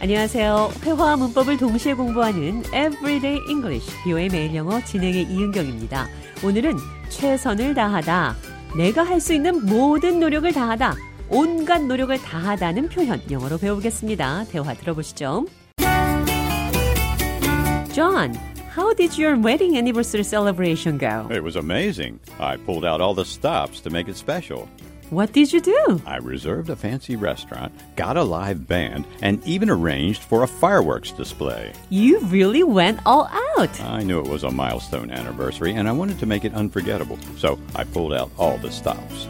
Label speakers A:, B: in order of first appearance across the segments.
A: 안녕하세요. 회화와 문법을 동시에 공부하는 Everyday English, 비오의 매일 영어 진행의 이은경입니다. 오늘은 최선을 다하다, 내가 할 수 있는 모든 노력을 다하다, 온갖 노력을 다하다는 표현 영어로 배우겠습니다. 대화 들어보시죠. John, how did your wedding anniversary celebration go?
B: It was amazing. I pulled out all the stops to make it special.
A: What did you do?
B: I reserved a fancy restaurant, got a live band, and even arranged for a fireworks display.
A: You really went all out.
B: I knew it was a milestone anniversary, and I wanted to make it unforgettable, so I pulled out all the stops.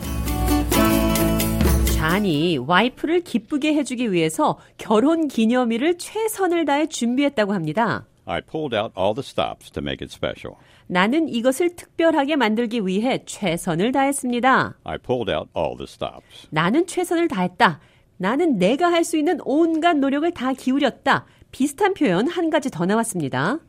A: 잔이 와이프를 기쁘게 해주기 위해서 결혼 기념일을 최선을 다해 준비했다고 합니다.
B: I pulled out all the stops to make it special.
A: 나는 이것을 특별하게 만들기 위해 최선을 다했습니다.
B: I pulled out all the stops.
A: 나는 최선을 다했다. 나는 내가 할 수 있는 온갖 노력을 다 기울였다. 비슷한 표현 한 가지 더 나왔습니다.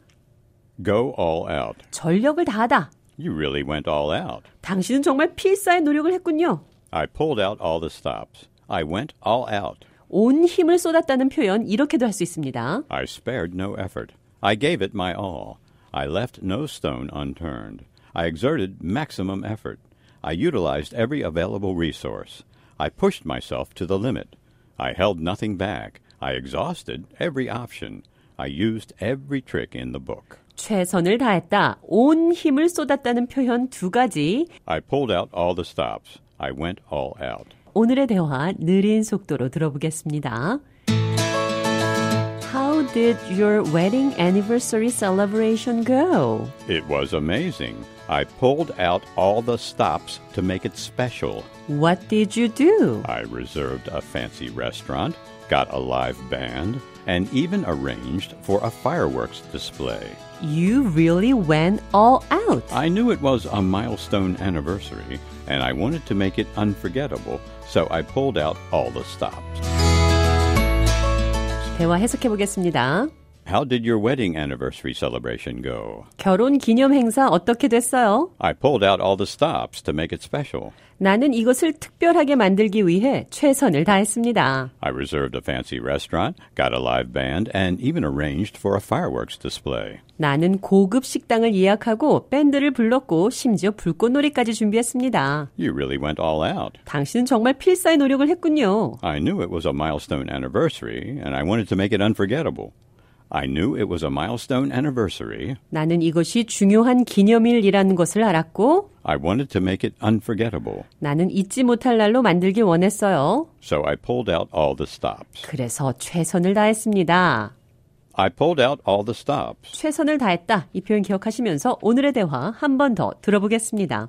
B: Go all out.
A: 전력을 다하다.
B: You really went all out.
A: 당신은 정말 필사의 노력을 했군요.
B: I pulled out all the stops. I went all out.
A: 온 힘을 쏟았다는 표현 이렇게도 할 수 있습니다.
B: I spared no effort. I gave it my all. I left no stone unturned. I exerted maximum effort. I utilized every available resource. I pushed myself to the limit. I held nothing back. I exhausted every option. I used every trick in the book.
A: 최선을 다했다. 온 힘을 쏟았다는 표현 두 가지.
B: I pulled out all the stops. I went all out.
A: 오늘의 대화 느린 속도로 들어보겠습니다. How did your wedding anniversary celebration go?
B: It was amazing. I pulled out all the stops to make it special.
A: What did you do?
B: I reserved a fancy restaurant, got a live band, and even arranged for a fireworks display.
A: You really went all out.
B: I knew it was a milestone anniversary, and I wanted to make it unforgettable, so I pulled out all the stops.
A: 대화 해석해 보겠습니다.
B: How did your wedding anniversary celebration go?
A: 결혼 기념 행사 어떻게 됐어요?
B: I pulled out all the stops to make it special.
A: 나는 이것을 특별하게 만들기 위해 최선을 다했습니다.
B: I reserved a fancy restaurant, got a live band, and even arranged for a fireworks display.
A: 나는 고급 식당을 예약하고 밴드를 불렀고 심지어 불꽃놀이까지 준비했습니다.
B: You really went all out.
A: 당신은 정말 필사의 노력을 했군요.
B: I knew it was a milestone anniversary, and I wanted to make it unforgettable. I knew it was a milestone anniversary.
A: 나는 이것이 중요한 기념일이라는 것을 알았고
B: I wanted to make it unforgettable,
A: 나는 잊지 못할 날로 만들길 원했어요.
B: so I pulled out all the stops.
A: 그래서 최선을 다했습니다.
B: I pulled out all the stops.
A: 최선을 다했다. 이 표현 기억하시면서 오늘의 대화 한 번 더 들어보겠습니다.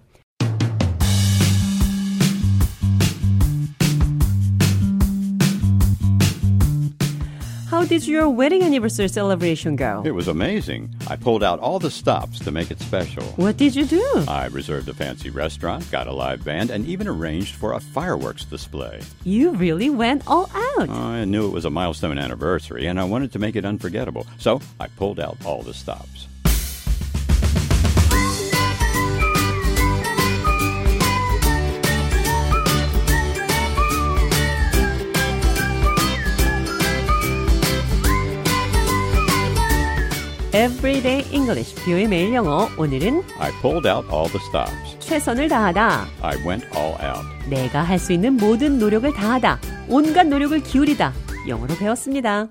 A: How did your wedding anniversary celebration go?
B: It was amazing. I pulled out all the stops to make it special.
A: What did you do?
B: I reserved a fancy restaurant, got a live band, and even arranged for a fireworks display.
A: You really went all out.
B: I knew it was a milestone anniversary, and I wanted to make it unforgettable, so I pulled out all the stops.
A: Everyday English, 뷰의 매일 영어. 오늘은
B: I pulled out all the stops.
A: 최선을 다하다.
B: I went all out.
A: 내가 할 수 있는 모든 노력을 다하다. 온갖 노력을 기울이다. 영어로 배웠습니다.